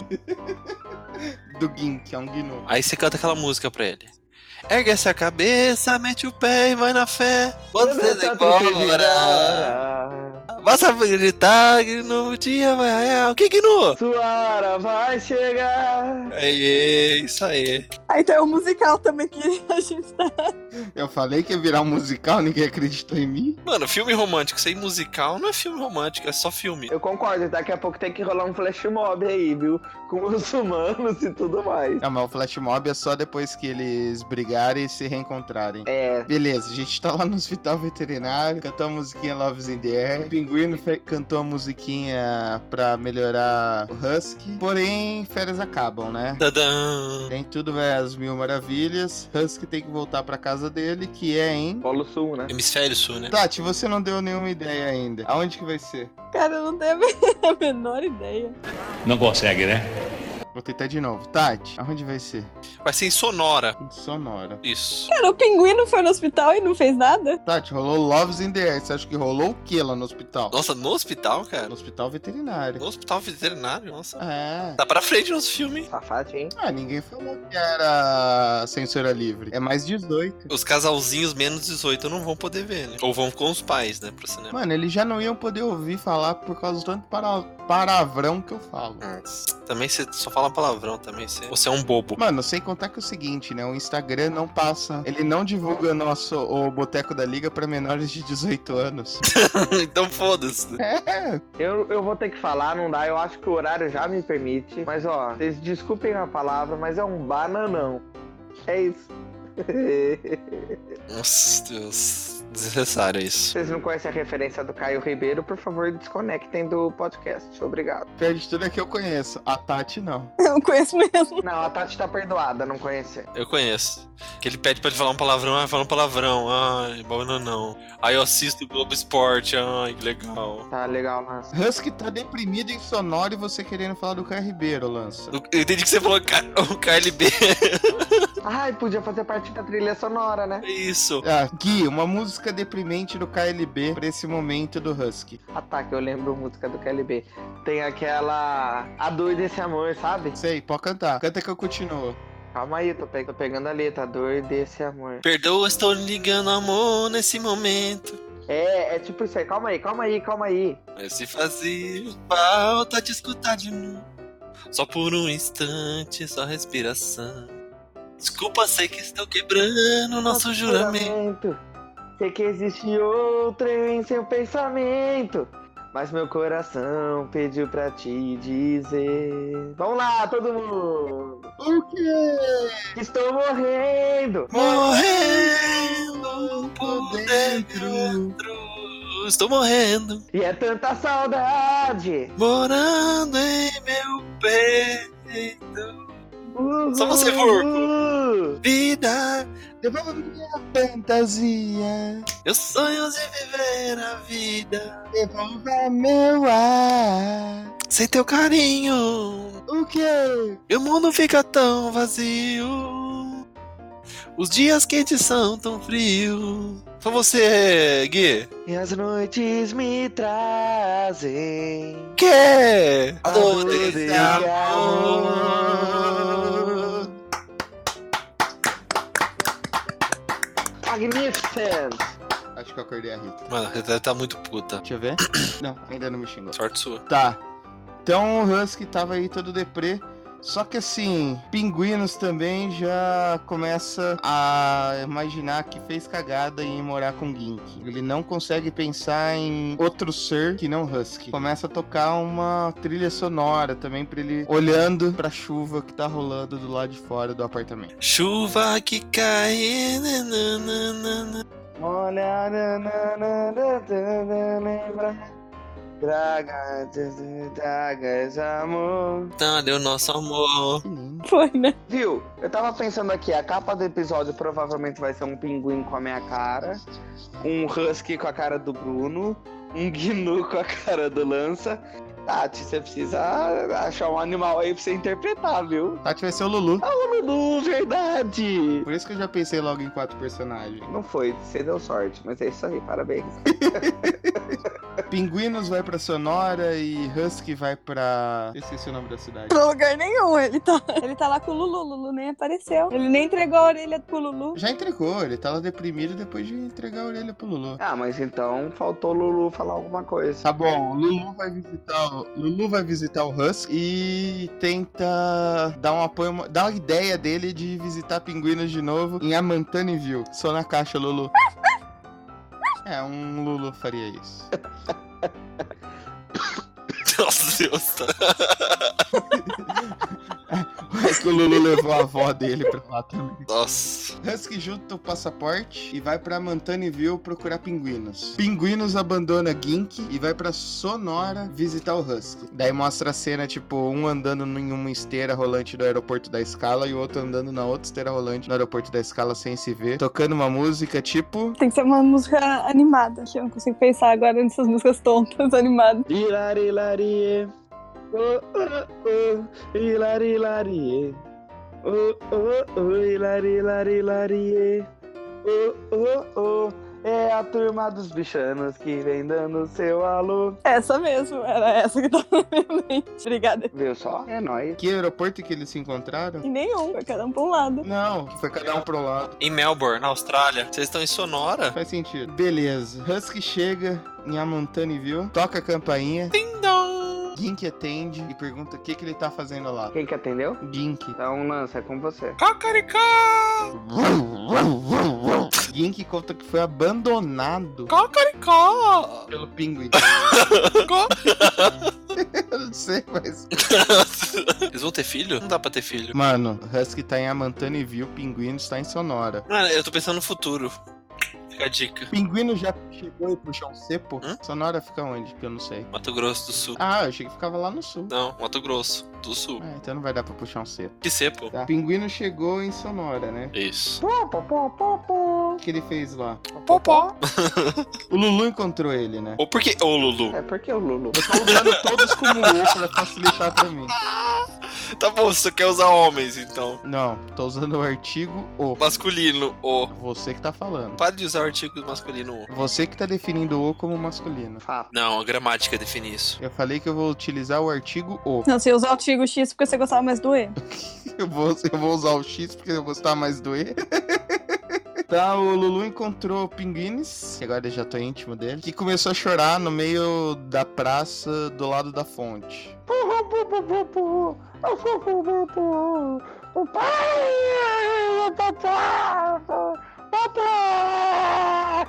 [SPEAKER 4] Do Gink, é um Gnu.
[SPEAKER 2] Aí você canta aquela música pra ele. Ergue essa cabeça, mete o pé e vai na fé. Quando você decora, basta gritar que no dia vai raiar. O que que no?
[SPEAKER 1] Ah, Sua hora vai chegar.
[SPEAKER 2] É isso aí.
[SPEAKER 3] Ah, então é um musical também que a gente tá.
[SPEAKER 4] Eu falei que ia virar um musical, ninguém acreditou em mim.
[SPEAKER 2] Mano, filme romântico sem musical não é filme romântico, é só filme.
[SPEAKER 1] Eu concordo, daqui a pouco tem que rolar um flash mob aí, viu? Com os humanos e tudo mais.
[SPEAKER 4] Não, mas o flash mob é só depois que eles brigarem e se reencontrarem.
[SPEAKER 1] É,
[SPEAKER 4] Beleza, a gente tá lá no hospital veterinário, cantou a musiquinha Love's in the Air. O Pinguino fe- cantou a musiquinha pra melhorar o Husky. Porém, férias acabam, né?
[SPEAKER 2] Tadã.
[SPEAKER 4] Nem tudo vai às mil maravilhas. Husky tem que voltar pra casa dele, que é em.
[SPEAKER 1] Polo Sul, né?
[SPEAKER 2] Hemisfério Sul, né?
[SPEAKER 4] Tati, você não deu nenhuma ideia ainda. Aonde que vai ser?
[SPEAKER 3] Cara, eu não tenho a menor ideia.
[SPEAKER 6] Não consegue, né?
[SPEAKER 4] Vou tentar de novo. Tati, aonde vai ser?
[SPEAKER 2] Vai ser em Sonora.
[SPEAKER 4] Em Sonora.
[SPEAKER 2] Isso.
[SPEAKER 3] Cara, o pinguino foi no hospital e não fez nada?
[SPEAKER 4] Tati, rolou Love's in the Air. Você acha que rolou o que lá no hospital?
[SPEAKER 2] Nossa, no hospital, cara?
[SPEAKER 4] No hospital veterinário.
[SPEAKER 2] No hospital veterinário, nossa.
[SPEAKER 4] É.
[SPEAKER 2] Tá pra frente nosso filme.
[SPEAKER 1] Safadinho. hein?
[SPEAKER 4] Ah, ninguém falou que era censura livre. É mais 18.
[SPEAKER 2] Os casalzinhos menos 18 não vão poder ver, né? Ou vão com os pais, né, pro cinema.
[SPEAKER 4] Mano, eles já não iam poder ouvir falar por causa do tanto para- palavrão que eu falo.
[SPEAKER 2] Também você só fala palavrão também, você, você é um bobo.
[SPEAKER 4] Mano, sem contar que é o seguinte, né? O Instagram não passa. Ele não divulga nosso, o Boteco da Liga pra menores de 18 anos.
[SPEAKER 2] então foda-se.
[SPEAKER 4] É,
[SPEAKER 1] Eu, eu vou ter que falar, não dá. Eu acho que o horário já me permite. Mas ó, vocês desculpem a palavra, mas é um bananão. É isso.
[SPEAKER 2] Nossa, Deus. Desnecessário isso.
[SPEAKER 1] Vocês não conhecem a referência do Caio Ribeiro, por favor, desconectem do podcast. Obrigado.
[SPEAKER 4] pior de tudo é que eu conheço. A Tati não.
[SPEAKER 3] Eu não conheço mesmo.
[SPEAKER 1] Não, a Tati tá perdoada, não conhece.
[SPEAKER 2] Eu conheço. Que ele pede pra ele falar um palavrão, ah, fala um palavrão. Ai, banana não. Aí eu assisto o Globo Esporte, ai, que legal.
[SPEAKER 1] Tá legal, mas.
[SPEAKER 4] Husky tá deprimido em sonoro e você querendo falar do Caio Ribeiro, Lança.
[SPEAKER 2] Eu entendi que você falou K- o KLB.
[SPEAKER 1] Ai, podia fazer parte da trilha sonora, né?
[SPEAKER 2] É isso.
[SPEAKER 4] Ah, Gui, uma música deprimente do KLB pra esse momento do Husky.
[SPEAKER 1] Ah tá, que eu lembro música do KLB. Tem aquela. A dor desse amor, sabe?
[SPEAKER 4] Sei, pode cantar. Canta que eu continuo.
[SPEAKER 1] Calma aí, tô, pe- tô pegando a letra. A dor desse amor.
[SPEAKER 2] Perdoa, estou ligando amor nesse momento.
[SPEAKER 1] É, é tipo isso aí. Calma aí, calma aí, calma aí.
[SPEAKER 2] Mas se fazer falta te escutar de novo. Só por um instante, só respiração. Desculpa, sei que estou quebrando nosso juramento.
[SPEAKER 1] Sei que existe outro em seu pensamento. Mas meu coração pediu pra te dizer. Vamos lá, todo mundo!
[SPEAKER 4] Por quê?
[SPEAKER 1] Estou morrendo!
[SPEAKER 2] Morrendo
[SPEAKER 4] Por
[SPEAKER 2] por
[SPEAKER 4] dentro.
[SPEAKER 2] dentro. Estou morrendo,
[SPEAKER 1] E é tanta saudade!
[SPEAKER 2] morando em meu peito.
[SPEAKER 1] Uhul.
[SPEAKER 2] Só você, Furco. Vida
[SPEAKER 4] Devolva minha fantasia,
[SPEAKER 2] Meus sonhos de viver a vida
[SPEAKER 4] devolva meu ar.
[SPEAKER 2] sem teu carinho.
[SPEAKER 4] O quê?
[SPEAKER 2] E o mundo fica tão vazio. Os dias quentes são tão frios. Só você, Gui.
[SPEAKER 1] E as noites me trazem.
[SPEAKER 2] Que?
[SPEAKER 1] A
[SPEAKER 2] Todo
[SPEAKER 1] dor
[SPEAKER 2] esse
[SPEAKER 1] desse
[SPEAKER 2] amor.
[SPEAKER 1] Magnificent!
[SPEAKER 4] Acho que eu acordei a Rita.
[SPEAKER 2] Mano, a Rita tá muito puta.
[SPEAKER 4] Deixa eu ver. Não, ainda não me xingou.
[SPEAKER 2] Sorte sua.
[SPEAKER 4] Tá. Então o Husky tava aí todo deprê. Só que assim, pinguinos também já começa a imaginar que fez cagada em morar com Gink. Ele não consegue pensar em outro ser que não Husky. Começa a tocar uma trilha sonora também pra ele olhando pra chuva que tá rolando do lado de fora do apartamento.
[SPEAKER 2] Chuva que cai. nananana.
[SPEAKER 1] Olha, lembra. Draga, dragas, amor.
[SPEAKER 2] Tá, deu nosso amor.
[SPEAKER 4] Que lindo.
[SPEAKER 3] Foi, né?
[SPEAKER 1] Viu? Eu tava pensando aqui, a capa do episódio provavelmente vai ser um pinguim com a minha cara, um husky com a cara do Bruno, um gnu com a cara do Lança. Tati, você precisa achar um animal aí pra você interpretar, viu? É
[SPEAKER 4] Tati vai ser é o Lulu.
[SPEAKER 1] Lulu, verdade!
[SPEAKER 4] Por isso que eu já pensei logo em quatro personagens.
[SPEAKER 1] Não foi, você deu sorte, mas é isso aí, parabéns.
[SPEAKER 4] Pinguinos vai pra Sonora e Husky vai pra. Esqueci o nome da cidade.
[SPEAKER 3] Pra lugar nenhum. Ele tá, ele tá lá com o Lulu. Lulu nem apareceu. Ele nem entregou a orelha pro Lulu.
[SPEAKER 4] Já entregou, ele tava deprimido depois de entregar a orelha pro Lulu.
[SPEAKER 1] Ah, mas então faltou o Lulu falar alguma coisa.
[SPEAKER 4] Tá bom, o Lulu vai visitar o, Lulu vai visitar o Husky e tenta dar um apoio, dar uma ideia dele de visitar pinguinos de novo em Amantaniville. Só na caixa, Lulu. É, um Lulu faria isso.
[SPEAKER 2] Nossa Deus. tá.
[SPEAKER 4] É que o Lulu levou a avó dele pra lá também.
[SPEAKER 2] Nossa.
[SPEAKER 4] Husky junta o passaporte e vai pra Mantaniville procurar pinguinos. Pinguinos abandona Gink e vai pra Sonora visitar o Husky. Daí mostra a cena, tipo, um andando em uma esteira rolante do aeroporto da escala e o outro andando na outra esteira rolante no aeroporto da escala sem se ver, tocando uma música tipo.
[SPEAKER 3] Tem que ser uma música animada. Que eu não consigo pensar agora nessas músicas tontas animadas.
[SPEAKER 1] Hilarilarie. Oh, oh, oh. Hilarilarie. Oh, oh, oh. Hilarilarie. Oh, oh, oh. É a turma dos bichanos que vem dando seu alô.
[SPEAKER 3] Essa mesmo. Era essa que tava na minha mente. Obrigada.
[SPEAKER 1] Viu só? É nóis.
[SPEAKER 4] Que aeroporto que eles se encontraram?
[SPEAKER 3] E nenhum. Foi cada um pra um lado.
[SPEAKER 4] Não, foi cada um pro lado.
[SPEAKER 2] Em Melbourne, na Austrália. Vocês estão em Sonora?
[SPEAKER 4] Faz sentido. Beleza. Husky chega em Amantaniville, toca a campainha,
[SPEAKER 2] Ding dong.
[SPEAKER 4] Gink atende e pergunta o que, que ele tá fazendo lá.
[SPEAKER 1] Quem que atendeu?
[SPEAKER 4] Gink.
[SPEAKER 1] Então, Lança, é com você.
[SPEAKER 2] Cacaricá.
[SPEAKER 4] Gink conta que foi abandonado
[SPEAKER 2] Cacaricá.
[SPEAKER 4] pelo pinguim. Eu não sei, mas.
[SPEAKER 2] Eles vão ter filho? Não dá pra ter filho.
[SPEAKER 4] Mano, Husky tá em Amantaniville, Pinguino está em Sonora.
[SPEAKER 2] Mano, eu tô pensando no futuro. Fica a dica.
[SPEAKER 4] Pinguino já chegou e puxou um sepo?
[SPEAKER 2] Hã?
[SPEAKER 4] Sonora fica onde? Que eu não sei.
[SPEAKER 2] Mato Grosso do Sul.
[SPEAKER 4] Ah, eu achei que ficava lá no sul.
[SPEAKER 2] Não, Mato Grosso do Sul.
[SPEAKER 4] Ah, então não vai dar pra puxar um sepo.
[SPEAKER 2] Que sepo.
[SPEAKER 4] Tá. Pinguino chegou em Sonora, né?
[SPEAKER 2] Isso.
[SPEAKER 1] Pô, pô, pô, pô, pô.
[SPEAKER 4] O que ele fez lá?
[SPEAKER 2] Popó.
[SPEAKER 4] O Lulu encontrou ele, né?
[SPEAKER 2] Ou porque. Ô, Lulu.
[SPEAKER 1] É porque o Lulu.
[SPEAKER 4] Eu tô usando todos como O pra facilitar pra mim.
[SPEAKER 2] Tá bom, você quer usar homens então.
[SPEAKER 4] Não, tô usando o artigo O.
[SPEAKER 2] Masculino, o.
[SPEAKER 4] Você que tá falando.
[SPEAKER 2] Para de usar o artigo masculino, o.
[SPEAKER 4] Você que tá definindo o como masculino.
[SPEAKER 1] Fato.
[SPEAKER 2] Não, a gramática define isso.
[SPEAKER 4] Eu falei que eu vou utilizar o artigo o.
[SPEAKER 3] Não, você usar o artigo X porque você gostava mais do E.
[SPEAKER 4] Eu vou, eu vou usar o X porque eu gostar mais do E. Tá, o Lulu encontrou o Pinguines, que agora eu já tô íntimo dele, que começou a chorar no meio da praça do lado da fonte.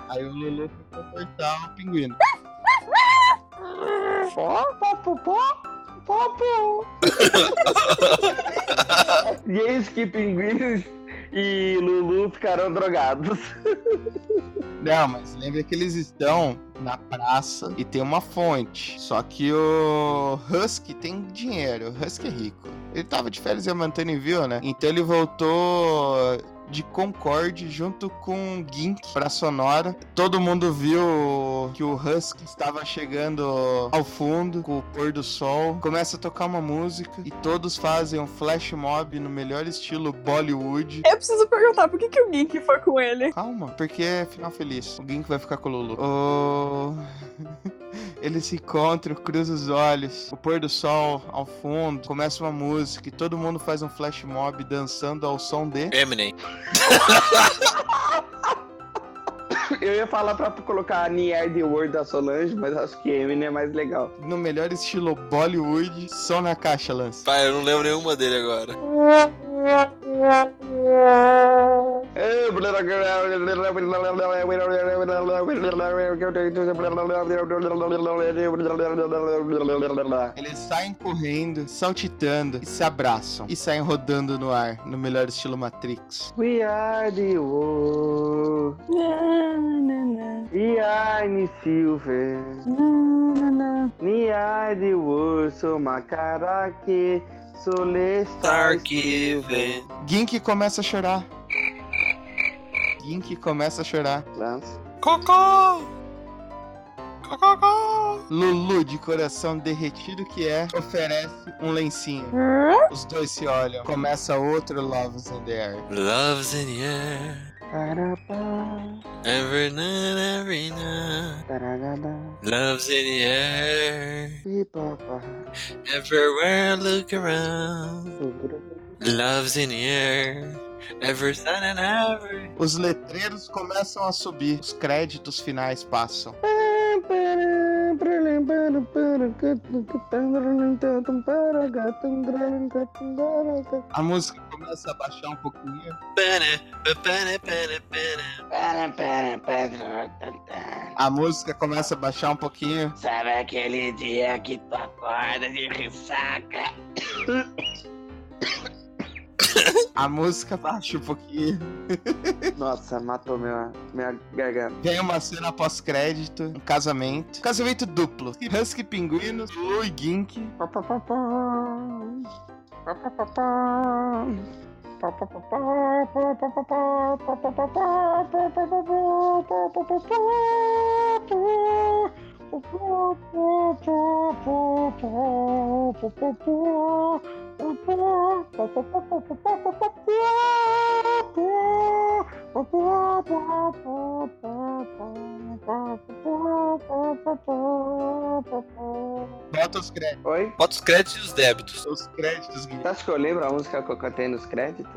[SPEAKER 4] Aí o Lulu foi confortar o Pinguino.
[SPEAKER 1] E eis que pinguins e Lulu ficaram drogados.
[SPEAKER 4] Não, mas lembra que eles estão na praça e tem uma fonte. Só que o Husky tem dinheiro, o Husky é rico. Ele tava de férias em Mantaniville, né? Então ele voltou de Concorde junto com Gink pra sonora. Todo mundo viu que o Husky estava chegando ao fundo com o pôr do sol. Começa a tocar uma música e todos fazem um flash mob no melhor estilo Bollywood.
[SPEAKER 3] Eu preciso perguntar por que, que o Gink foi com ele?
[SPEAKER 4] Calma, porque é final feliz. O Gink vai ficar com o Lulu. Oh... Eles se encontram, cruzam os olhos, o pôr do sol ao fundo, começa uma música e todo mundo faz um flash mob dançando ao som de.
[SPEAKER 2] Eminem.
[SPEAKER 1] Eu ia falar pra colocar a Nier the World da Solange, mas acho que Eminem é mais legal.
[SPEAKER 4] No melhor estilo Bollywood, som na caixa, Lance.
[SPEAKER 2] Pai, eu não lembro nenhuma dele agora.
[SPEAKER 4] Eles saem correndo, saltitando e se abraçam. E saem rodando no ar, no melhor estilo Matrix.
[SPEAKER 1] We are the world.
[SPEAKER 3] Na, na, na,
[SPEAKER 1] We are the silver.
[SPEAKER 3] na, na, na.
[SPEAKER 1] We are the world. So macarake. Solestar
[SPEAKER 2] Given.
[SPEAKER 4] Gink começa a chorar. Gink começa a chorar.
[SPEAKER 1] Lance.
[SPEAKER 2] Cocó! Cocó!
[SPEAKER 4] Lulu, de coração derretido que é, oferece um lencinho. Os dois se olham. Começa outro Loves in the Air.
[SPEAKER 2] Love's in the air.
[SPEAKER 1] Tarapá,
[SPEAKER 2] Every night, every night.
[SPEAKER 1] tararabá,
[SPEAKER 2] Love's in the air.
[SPEAKER 1] pipopá,
[SPEAKER 2] Everywhere I look around.
[SPEAKER 1] sogro.
[SPEAKER 2] Love's in the air. Every sun and every.
[SPEAKER 4] Os letreiros começam a subir. Os créditos finais passam. A música começa a baixar um pouquinho.
[SPEAKER 2] Pene, pene, pene, pene.
[SPEAKER 4] A música começa a baixar um pouquinho.
[SPEAKER 1] Sabe aquele dia que tu acorda de ressaca?
[SPEAKER 4] A música baixa um pouquinho.
[SPEAKER 1] Nossa, matou minha, minha garganta.
[SPEAKER 4] Tem uma cena pós-crédito, um casamento. Casamento duplo. Husky Pinguino, Lu e Gink.
[SPEAKER 1] Pá, pá, pá, pá. Pá, pá, pá, pá. Pá, pá, pá, pá, pá, pá, pá, pá, pá, pá, pá, pá, pá, pá, pá, pá, pá, pá, pá. Pá, pá, pá, pá, pá, pá, pá, pá.
[SPEAKER 4] Bota os créditos.
[SPEAKER 1] Oi?
[SPEAKER 2] Bota os créditos e os débitos.
[SPEAKER 4] Os créditos, Gink.
[SPEAKER 1] Você acha que eu lembro a música que eu cantei nos créditos?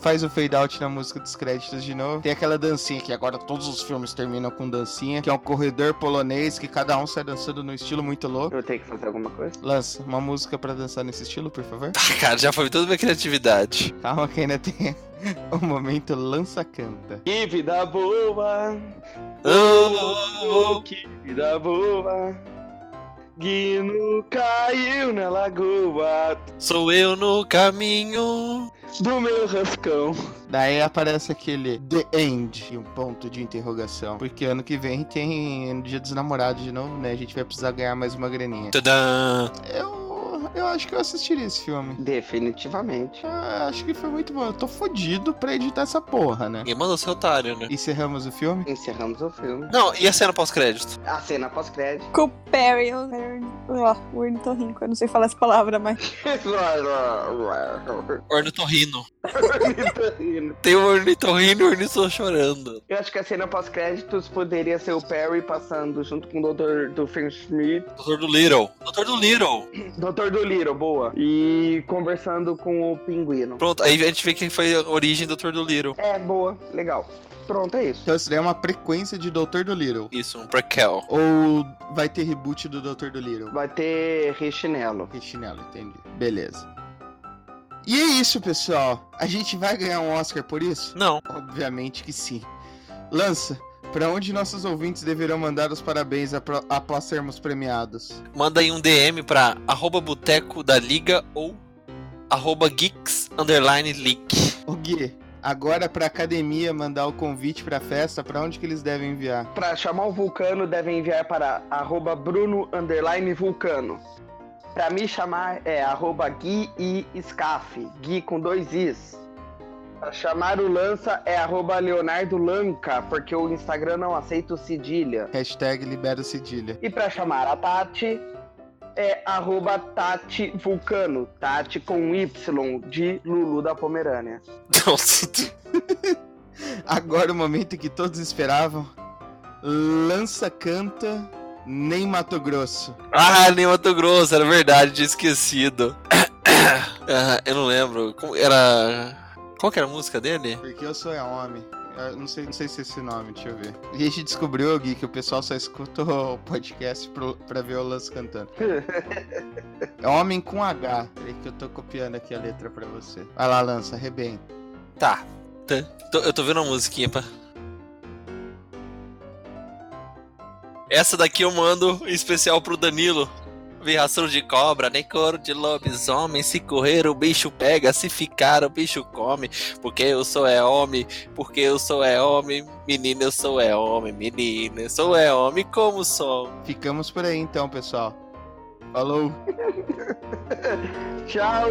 [SPEAKER 4] Faz o fade out na música dos créditos de novo. Tem aquela dancinha que agora todos os filmes terminam com dancinha, que é um corredor polonês que cada um sai dançando num estilo muito louco.
[SPEAKER 1] Eu tenho que fazer alguma coisa?
[SPEAKER 4] Lança uma música pra dançar nesse estilo, por favor.
[SPEAKER 2] Ah, cara, já foi toda a minha criatividade.
[SPEAKER 4] Calma que ainda tem o momento lança canta.
[SPEAKER 1] Que vida boa!
[SPEAKER 2] Oh, oh, oh.
[SPEAKER 1] que vida boa! Guino caiu na lagoa
[SPEAKER 2] Sou eu no caminho.
[SPEAKER 1] do meu rascão.
[SPEAKER 4] Daí aparece aquele The End e um ponto de interrogação. Porque ano que vem tem Dia dos Namorados de novo, né? A gente vai precisar ganhar mais uma graninha.
[SPEAKER 2] Tadã!
[SPEAKER 4] Eu, eu acho que eu assistiria esse filme.
[SPEAKER 1] Definitivamente.
[SPEAKER 4] Ah, acho que foi muito bom. Eu tô fodido pra editar essa porra, né?
[SPEAKER 2] Ninguém mandou ser otário, né?
[SPEAKER 4] Encerramos o filme.
[SPEAKER 1] Encerramos o filme.
[SPEAKER 2] Não, e a cena pós-crédito?
[SPEAKER 1] A cena pós-crédito.
[SPEAKER 3] Com o Perry. o- Ó, o ornitorrinco. Eu não sei falar essa palavra, mas...
[SPEAKER 2] Ornitorrino. Tem o ornitorrino e o ornitorrino chorando.
[SPEAKER 1] Eu acho que a cena pós-créditos poderia ser o Perry passando junto com o Dr. do Finchmith
[SPEAKER 2] Doutor do Little. Doutor do Little.
[SPEAKER 1] Doutor do Liro, boa. E conversando com o pinguino.
[SPEAKER 2] Pronto, aí a gente vê quem foi a origem do Doutor do Little.
[SPEAKER 1] É, boa, legal. Pronto, é isso.
[SPEAKER 4] Então isso daí é uma frequência de Doutor do Little.
[SPEAKER 2] Isso, um prequel.
[SPEAKER 4] Ou vai ter reboot do Doutor do Little?
[SPEAKER 1] Vai ter rechinelo.
[SPEAKER 4] Que chinelo, entendi. Beleza. E é isso, pessoal. A gente vai ganhar um Oscar por isso?
[SPEAKER 2] Não.
[SPEAKER 4] Obviamente que sim. Lança, pra onde nossos ouvintes deverão mandar os parabéns apro- após sermos premiados?
[SPEAKER 2] Manda aí um DM pra arroba boteco da liga ou arroba geeks underline leak.
[SPEAKER 4] O Gui, agora pra academia mandar o convite pra festa, pra onde que eles devem enviar?
[SPEAKER 1] Pra chamar o Vulcano, devem enviar para arroba Bruno underline Vulcano. Pra me chamar é arroba Gui e Scaf. Gui com dois Is. Pra chamar o Lança é arroba Leonardo Lanca, porque o Instagram não aceita o cedilha.
[SPEAKER 4] Hashtag libera o cedilha.
[SPEAKER 1] E pra chamar a Tati é arroba Tati Vulcano. Tati com Y de Lulu da Pomerânia.
[SPEAKER 2] Nossa,
[SPEAKER 4] Agora o momento que todos esperavam. Lança canta, nem Mato Grosso.
[SPEAKER 2] Ah, nem Mato Grosso, era verdade, tinha esquecido. Ah, eu não lembro. Como era. Qual que era a música dele?
[SPEAKER 4] Porque eu sou é homem. Eu não sei, não sei se é esse nome, deixa eu ver. E a gente descobriu, Gui, que o pessoal só escuta o podcast pro, pra ver o Lança cantando. É homem com H. Peraí que eu tô copiando aqui a letra pra você. Vai lá, Lança, arrebenta.
[SPEAKER 2] Tá. tá. Tô- eu tô vendo a musiquinha, pá. Essa daqui eu mando em especial pro Danilo. Virração de cobra, nem couro de lobisomem. Se correr, o bicho pega. Se ficar, o bicho come. Porque eu sou é homem. Porque eu sou é homem. Menino, eu sou é homem. Menina, eu sou é homem. Como sou?
[SPEAKER 4] Ficamos por aí então, pessoal. Falou.
[SPEAKER 1] Tchau!